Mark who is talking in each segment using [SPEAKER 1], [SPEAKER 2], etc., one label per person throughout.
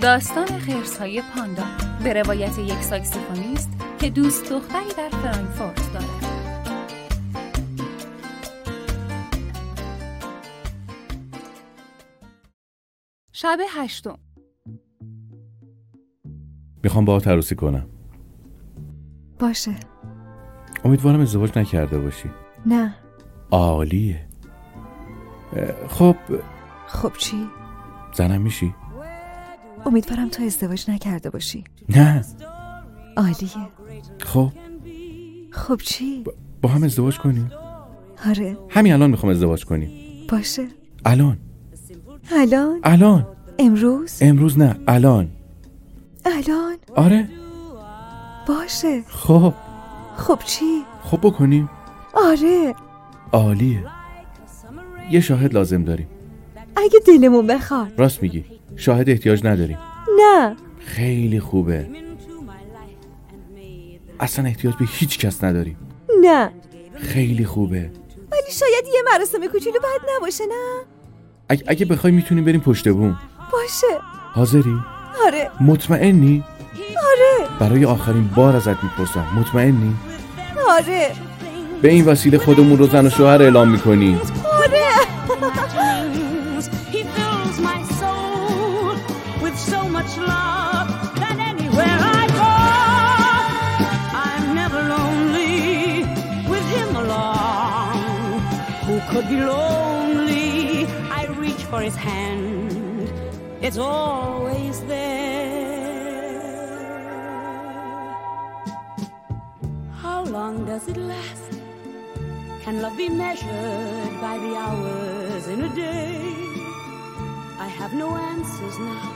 [SPEAKER 1] داستان خرس های پاندا به روایت یک ساکسیفونیست که دوست دختری در فرانکفورت دارد. شب هشتم
[SPEAKER 2] میخوام با عروسی کنم
[SPEAKER 3] باشه
[SPEAKER 2] امیدوارم ازدواج نکرده باشی
[SPEAKER 3] نه
[SPEAKER 2] عالیه اه، خب
[SPEAKER 3] خب چی؟
[SPEAKER 2] زنم میشی
[SPEAKER 3] امیدوارم تو ازدواج نکرده باشی
[SPEAKER 2] نه
[SPEAKER 3] عالیه
[SPEAKER 2] خب
[SPEAKER 3] خب چی؟
[SPEAKER 2] با هم ازدواج کنیم
[SPEAKER 3] آره
[SPEAKER 2] همین الان میخوام ازدواج کنیم
[SPEAKER 3] باشه
[SPEAKER 2] الان
[SPEAKER 3] الان؟
[SPEAKER 2] الان
[SPEAKER 3] امروز؟
[SPEAKER 2] امروز نه الان
[SPEAKER 3] الان؟
[SPEAKER 2] آره
[SPEAKER 3] باشه
[SPEAKER 2] خب
[SPEAKER 3] خب چی؟
[SPEAKER 2] خب بکنیم
[SPEAKER 3] آره
[SPEAKER 2] عالیه یه شاهد لازم داریم
[SPEAKER 3] اگه دلمون بخواد
[SPEAKER 2] راست میگی شاهد احتیاج نداریم
[SPEAKER 3] نه
[SPEAKER 2] خیلی خوبه اصلا احتیاج به هیچ کس نداریم
[SPEAKER 3] نه
[SPEAKER 2] خیلی خوبه
[SPEAKER 3] ولی شاید یه مراسم کوچولو بد نباشه نه
[SPEAKER 2] اگه, اگه بخوای میتونیم بریم پشت بوم
[SPEAKER 3] باشه
[SPEAKER 2] حاضری
[SPEAKER 3] آره
[SPEAKER 2] مطمئنی
[SPEAKER 3] آره
[SPEAKER 2] برای آخرین بار ازت میپرسم مطمئنی
[SPEAKER 3] آره
[SPEAKER 2] به این وسیله خودمون رو زن و شوهر اعلام میکنیم
[SPEAKER 3] آره.
[SPEAKER 4] He fills my soul with so much love that anywhere I go, I'm never lonely with him along. Who could be lonely? I reach for his hand, it's always there. How long does it last? Can love be measured by the hours in a day? I have no answers now,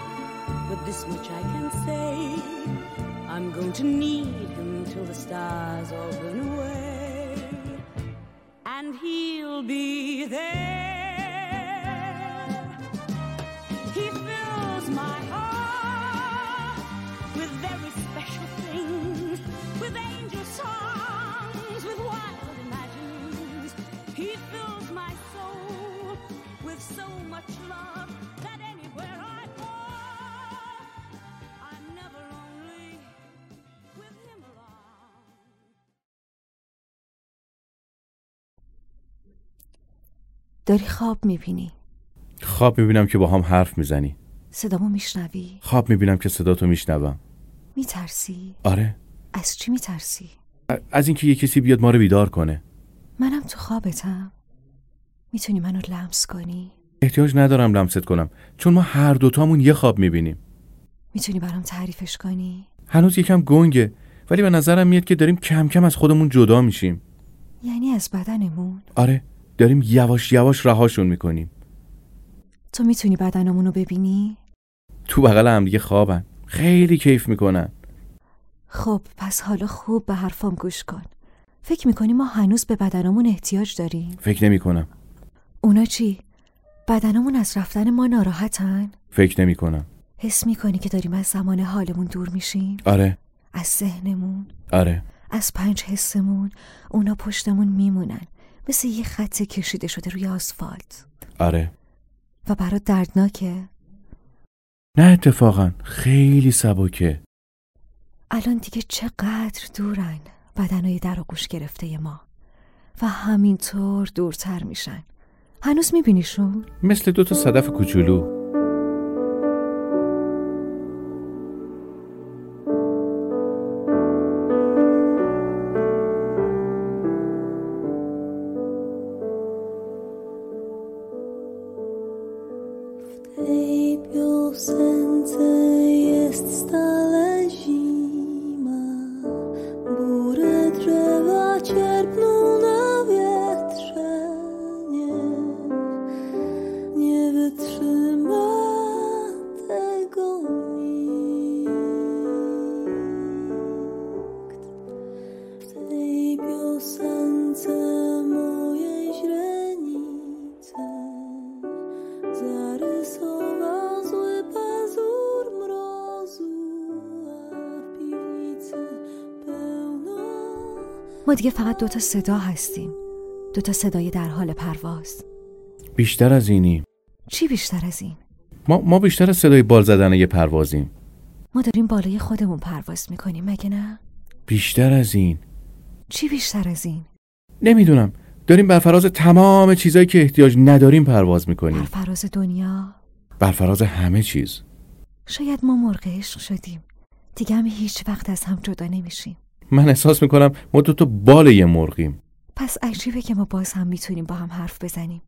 [SPEAKER 4] but this much I can say. I'm going to need him till the stars all burn away. And he'll be there. He fills my heart with very special things, with angel songs, with wild imagines. He fills my soul with so much love that anywhere I go, I'm never lonely with him along.
[SPEAKER 3] داری خواب میبینی
[SPEAKER 2] خواب میبینم که با هم حرف میزنی
[SPEAKER 3] صدامو میشنوی
[SPEAKER 2] خواب میبینم که صداتو میشنوم
[SPEAKER 3] میترسی
[SPEAKER 2] آره
[SPEAKER 3] از چی میترسی
[SPEAKER 2] ا- از اینکه یه کسی بیاد ما رو بیدار کنه
[SPEAKER 3] منم تو خوابتم میتونی منو لمس کنی
[SPEAKER 2] احتیاج ندارم لمست کنم چون ما هر دوتامون یه خواب میبینیم
[SPEAKER 3] میتونی برام تعریفش کنی
[SPEAKER 2] هنوز یکم گنگه ولی به نظرم میاد که داریم کم کم از خودمون جدا میشیم
[SPEAKER 3] یعنی از بدنمون
[SPEAKER 2] آره داریم یواش یواش رهاشون میکنیم
[SPEAKER 3] تو میتونی بدنمون رو ببینی
[SPEAKER 2] تو بغل هم دیگه خوابن خیلی کیف میکنن
[SPEAKER 3] خب پس حالا خوب به حرفام گوش کن فکر میکنی ما هنوز به بدنمون احتیاج داریم
[SPEAKER 2] فکر نمیکنم
[SPEAKER 3] اونا چی بدنمون از رفتن ما ناراحتن
[SPEAKER 2] فکر نمیکنم
[SPEAKER 3] حس میکنی که داریم از زمان حالمون دور میشیم
[SPEAKER 2] آره
[SPEAKER 3] از ذهنمون
[SPEAKER 2] آره
[SPEAKER 3] از پنج حسمون اونا پشتمون میمونن مثل یه خط کشیده شده روی آسفالت
[SPEAKER 2] آره
[SPEAKER 3] و برات دردناکه
[SPEAKER 2] نه اتفاقا خیلی سبکه
[SPEAKER 3] الان دیگه چقدر دورن بدنای در آغوش گرفته ما و همینطور دورتر میشن هنوز میبینیشون؟
[SPEAKER 2] مثل دو تا صدف کوچولو
[SPEAKER 5] Piosence jest stale zima, góry drzewa cierpną na wietrze. Nie, nie wytrzyma tego nikt. W tej piosence mojej źrenicy Zarysował zły pazur mrozu, a w piwnicy pełno
[SPEAKER 3] ما دیگه فقط دوتا صدا هستیم دوتا صدای در حال پرواز
[SPEAKER 2] بیشتر از اینی
[SPEAKER 3] چی بیشتر از این؟
[SPEAKER 2] ما, ما بیشتر از صدای بال زدن یه پروازیم
[SPEAKER 3] ما داریم بالای خودمون پرواز میکنیم مگه نه؟
[SPEAKER 2] بیشتر از این
[SPEAKER 3] چی بیشتر از این؟
[SPEAKER 2] نمیدونم داریم بر فراز تمام چیزایی که احتیاج نداریم پرواز
[SPEAKER 3] بر
[SPEAKER 2] میکنیم
[SPEAKER 3] فراز دنیا
[SPEAKER 2] بر فراز همه چیز
[SPEAKER 3] شاید ما مرغ عشق شدیم دیگه هم هیچ وقت از هم جدا نمیشیم
[SPEAKER 2] من احساس میکنم ما دو تا بال یه مرغیم
[SPEAKER 3] پس عجیبه که ما باز هم میتونیم با هم حرف بزنیم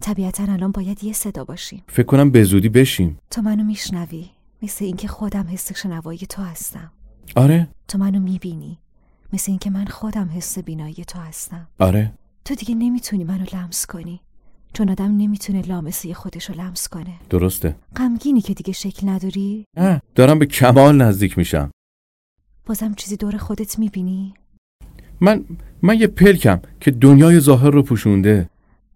[SPEAKER 3] طبیعتا الان باید یه صدا باشیم
[SPEAKER 2] فکر کنم به زودی بشیم
[SPEAKER 3] تو منو میشنوی مثل اینکه خودم حس شنوایی تو هستم
[SPEAKER 2] آره
[SPEAKER 3] تو منو میبینی مثل اینکه من خودم حس بینایی تو هستم
[SPEAKER 2] آره
[SPEAKER 3] تو دیگه نمیتونی منو لمس کنی چون آدم نمیتونه لامسه خودش رو لمس کنه
[SPEAKER 2] درسته
[SPEAKER 3] غمگینی که دیگه شکل نداری
[SPEAKER 2] نه دارم به کمال نزدیک میشم
[SPEAKER 3] بازم چیزی دور خودت میبینی
[SPEAKER 2] من من یه پلکم که دنیای ظاهر رو پوشونده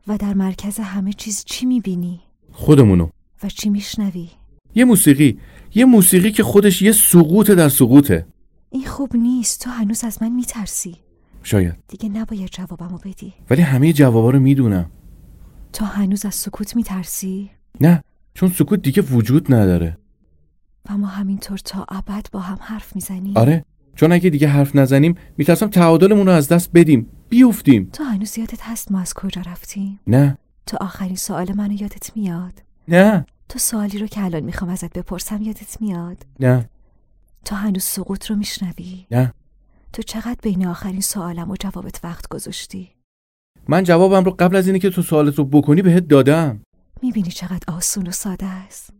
[SPEAKER 3] و در مرکز همه چیز چی میبینی
[SPEAKER 2] خودمونو
[SPEAKER 3] و چی میشنوی
[SPEAKER 2] یه موسیقی یه موسیقی که خودش یه سقوط در سقوطه
[SPEAKER 3] این خوب نیست تو هنوز از من میترسی
[SPEAKER 2] شاید
[SPEAKER 3] دیگه نباید جوابمو بدی
[SPEAKER 2] ولی همه جوابا رو میدونم
[SPEAKER 3] تو هنوز از سکوت میترسی
[SPEAKER 2] نه چون سکوت دیگه وجود نداره
[SPEAKER 3] و ما همینطور تا ابد با هم حرف میزنیم
[SPEAKER 2] آره چون اگه دیگه حرف نزنیم میترسم تعادلمون رو از دست بدیم بیفتیم
[SPEAKER 3] تو هنوز یادت هست ما از کجا رفتیم
[SPEAKER 2] نه
[SPEAKER 3] تو آخرین سوال منو یادت میاد
[SPEAKER 2] نه
[SPEAKER 3] تو سوالی رو که الان میخوام ازت بپرسم یادت میاد
[SPEAKER 2] نه
[SPEAKER 3] تو هنوز سقوط رو میشنوی
[SPEAKER 2] نه
[SPEAKER 3] تو چقدر بین آخرین سوالم و جوابت وقت گذاشتی
[SPEAKER 2] من جوابم رو قبل از اینه که تو سوالت رو بکنی بهت دادم
[SPEAKER 3] میبینی چقدر آسون و ساده است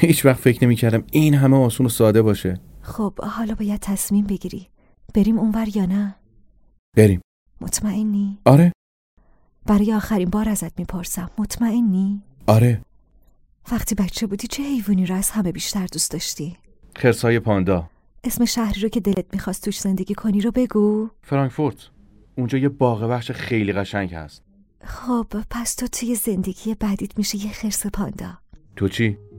[SPEAKER 2] هیچ وقت فکر نمیکردم این همه آسون و ساده باشه
[SPEAKER 3] خب حالا باید تصمیم بگیری بریم اونور یا نه
[SPEAKER 2] بریم
[SPEAKER 3] مطمئنی
[SPEAKER 2] آره
[SPEAKER 3] برای آخرین بار ازت میپرسم مطمئنی
[SPEAKER 2] آره
[SPEAKER 3] وقتی بچه بودی چه حیوانی رو از همه بیشتر دوست داشتی
[SPEAKER 2] خرسای پاندا
[SPEAKER 3] اسم شهری رو که دلت میخواست توش زندگی کنی رو بگو
[SPEAKER 2] فرانکفورت اونجا یه باغ وحش خیلی قشنگ هست
[SPEAKER 3] خب پس تو توی زندگی بعدیت میشه یه خرس پاندا
[SPEAKER 2] تو چی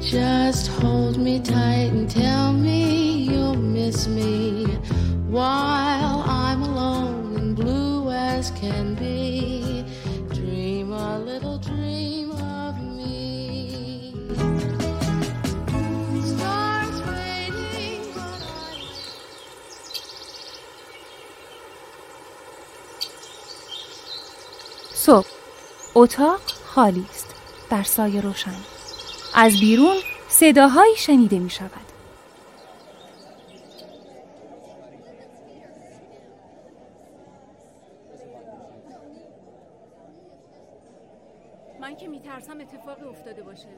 [SPEAKER 6] Just hold me tight and tell me you'll miss me while I'm alone and blue as can be. Dream a little dream of me. Stars waiting, but I.
[SPEAKER 1] صبح اتاق خالی است در سایه روشن از بیرون صداهایی شنیده می شود
[SPEAKER 4] من که میترسم اتفاقی افتاده باشه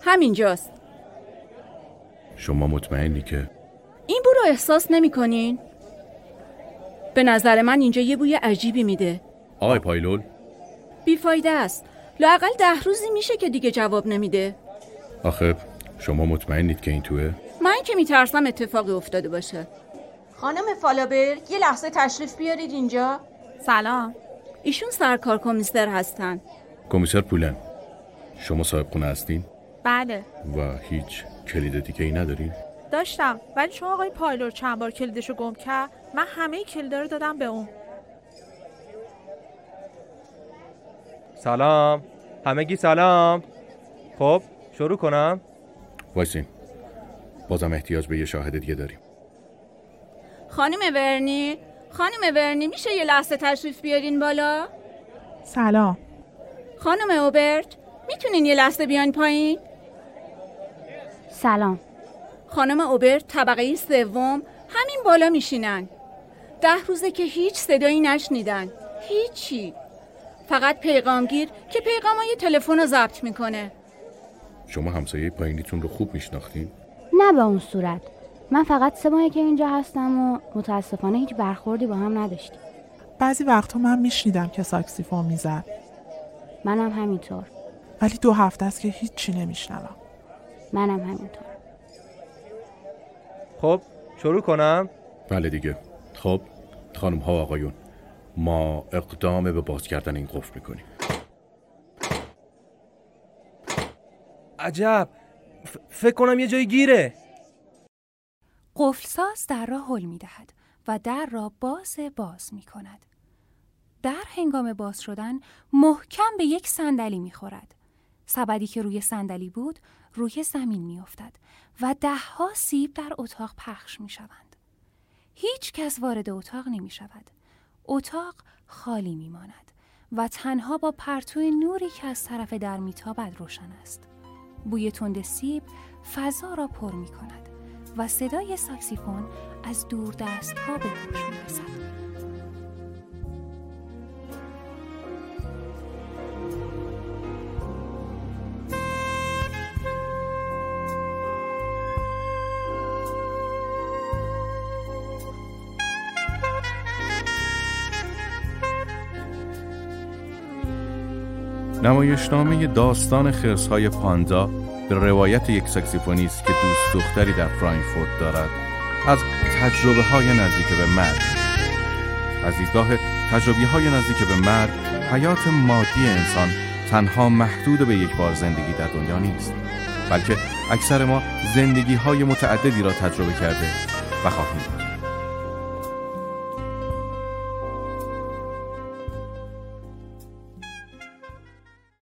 [SPEAKER 4] همینجاست
[SPEAKER 2] شما مطمئنی که
[SPEAKER 4] این بو رو احساس نمیکنین به نظر من اینجا یه بوی عجیبی میده
[SPEAKER 2] آقای پایلول
[SPEAKER 4] بیفایده است لاقل ده روزی میشه که دیگه جواب نمیده
[SPEAKER 2] آخه شما مطمئنید که این توه
[SPEAKER 4] من که میترسم اتفاقی افتاده باشه
[SPEAKER 7] خانم فالابرگ یه لحظه تشریف بیارید اینجا
[SPEAKER 4] سلام ایشون سرکار کمیسر هستن
[SPEAKER 2] کمیسر پولن شما صاحب خونه هستین
[SPEAKER 8] بله
[SPEAKER 2] و هیچ کلید دیگه ای ندارین
[SPEAKER 8] داشتم ولی شما آقای پایلور چند بار کلیدش رو گم کرد من همه کلیدا رو دادم به اون
[SPEAKER 9] سلام همگی سلام خب شروع کنم
[SPEAKER 2] وایسین بازم احتیاج به یه شاهد دیگه داریم
[SPEAKER 4] خانم ورنی خانم ورنی میشه یه لحظه تشریف بیارین بالا
[SPEAKER 8] سلام
[SPEAKER 4] خانم اوبرت میتونین یه لحظه بیان پایین
[SPEAKER 10] سلام
[SPEAKER 4] خانم اوبرت طبقه سوم همین بالا میشینن ده روزه که هیچ صدایی نشنیدن هیچی فقط پیغامگیر که پیغامای تلفن رو ضبط میکنه
[SPEAKER 2] شما همسایه پایینیتون رو خوب میشناختین
[SPEAKER 10] نه به اون صورت من فقط سه ماهه که اینجا هستم و متاسفانه هیچ برخوردی با هم نداشتیم
[SPEAKER 11] بعضی وقتها من میشنیدم که ساکسیفون میزد
[SPEAKER 10] منم همینطور
[SPEAKER 11] ولی دو هفته است که هیچی نمیشنوم
[SPEAKER 10] منم همینطور
[SPEAKER 9] خب شروع کنم
[SPEAKER 2] بله دیگه خب خانم ها و آقایون ما اقدام به باز کردن این قفل میکنیم
[SPEAKER 9] عجب ف- فکر کنم یه جای گیره
[SPEAKER 1] قفلساز در را حل می دهد و در را باز باز می کند. در هنگام باز شدن محکم به یک صندلی می خورد. سبدی که روی صندلی بود روی زمین می افتد و دهها سیب در اتاق پخش می شوند. هیچ کس وارد اتاق نمی شود. اتاق خالی می ماند و تنها با پرتو نوری که از طرف در میتابد روشن است. بوی تند سیب فضا را پر می کند و صدای ساکسیفون از دور دست ها به گوش می رسد.
[SPEAKER 2] نمایشنامه داستان خرسهای پاندا به روایت یک ساکسیفونیست که دوست دختری در فرانکفورت دارد از تجربه های نزدیک به مرگ از دیدگاه تجربه های نزدیک به مرگ حیات مادی انسان تنها محدود به یک بار زندگی در دنیا نیست بلکه اکثر ما زندگی های متعددی را تجربه کرده و خواهیم داشت.